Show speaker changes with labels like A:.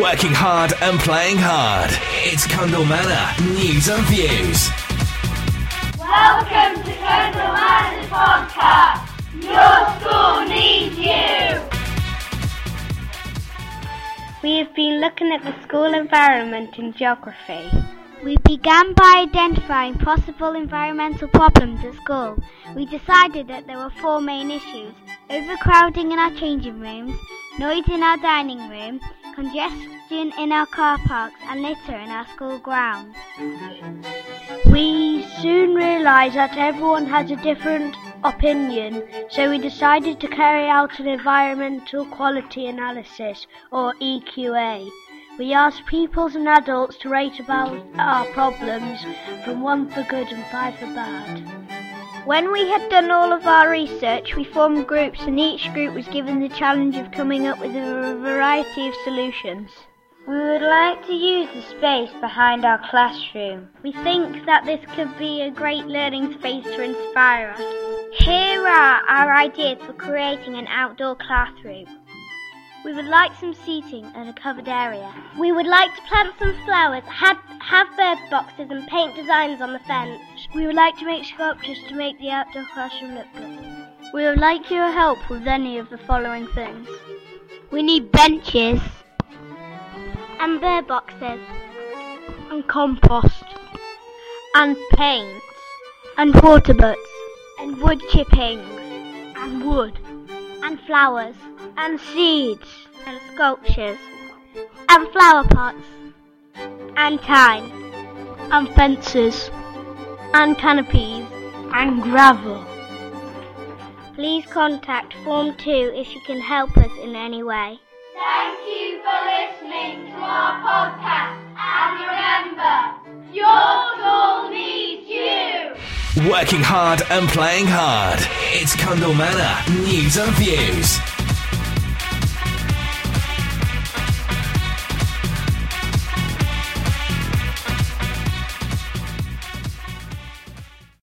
A: Working hard and playing hard. It's Cundall Manor News and Views.
B: Welcome to Codal Matters Podcast. Your school needs you.
C: We have been looking at the school environment in geography.
D: We began by identifying possible environmental problems at school. We decided that there were four main issues overcrowding in our changing rooms, noise in our dining room, congestion in our car parks, and litter in our school grounds.
E: We soon realised that everyone has a different opinion, so we decided to carry out an environmental quality analysis, or EQA. We asked pupils and adults to rate about our problems from 1 for good and 5 for bad.
D: When we had done all of our research, we formed groups, and each group was given the challenge of coming up with a variety of solutions.
E: We would like to use the space behind our classroom.
D: We think that this could be a great learning space to inspire us. Here are our ideas for creating an outdoor classroom. We would like some seating and a covered area. We would like to plant some flowers, have, have bird boxes, and paint designs on the fence.
E: We would like to make sculptures to make the outdoor classroom look good.
D: We would like your help with any of the following things. We need benches and bird boxes and compost and paint and water butts and wood chipping and wood and flowers and seeds and sculptures and flower pots and time and fences and canopies and gravel. Please contact Form 2 if you can help us in any way.
B: Thank you for listening to our podcast. And remember, your school needs you.
A: Working hard and playing hard. It's Cundall Manor News and Views.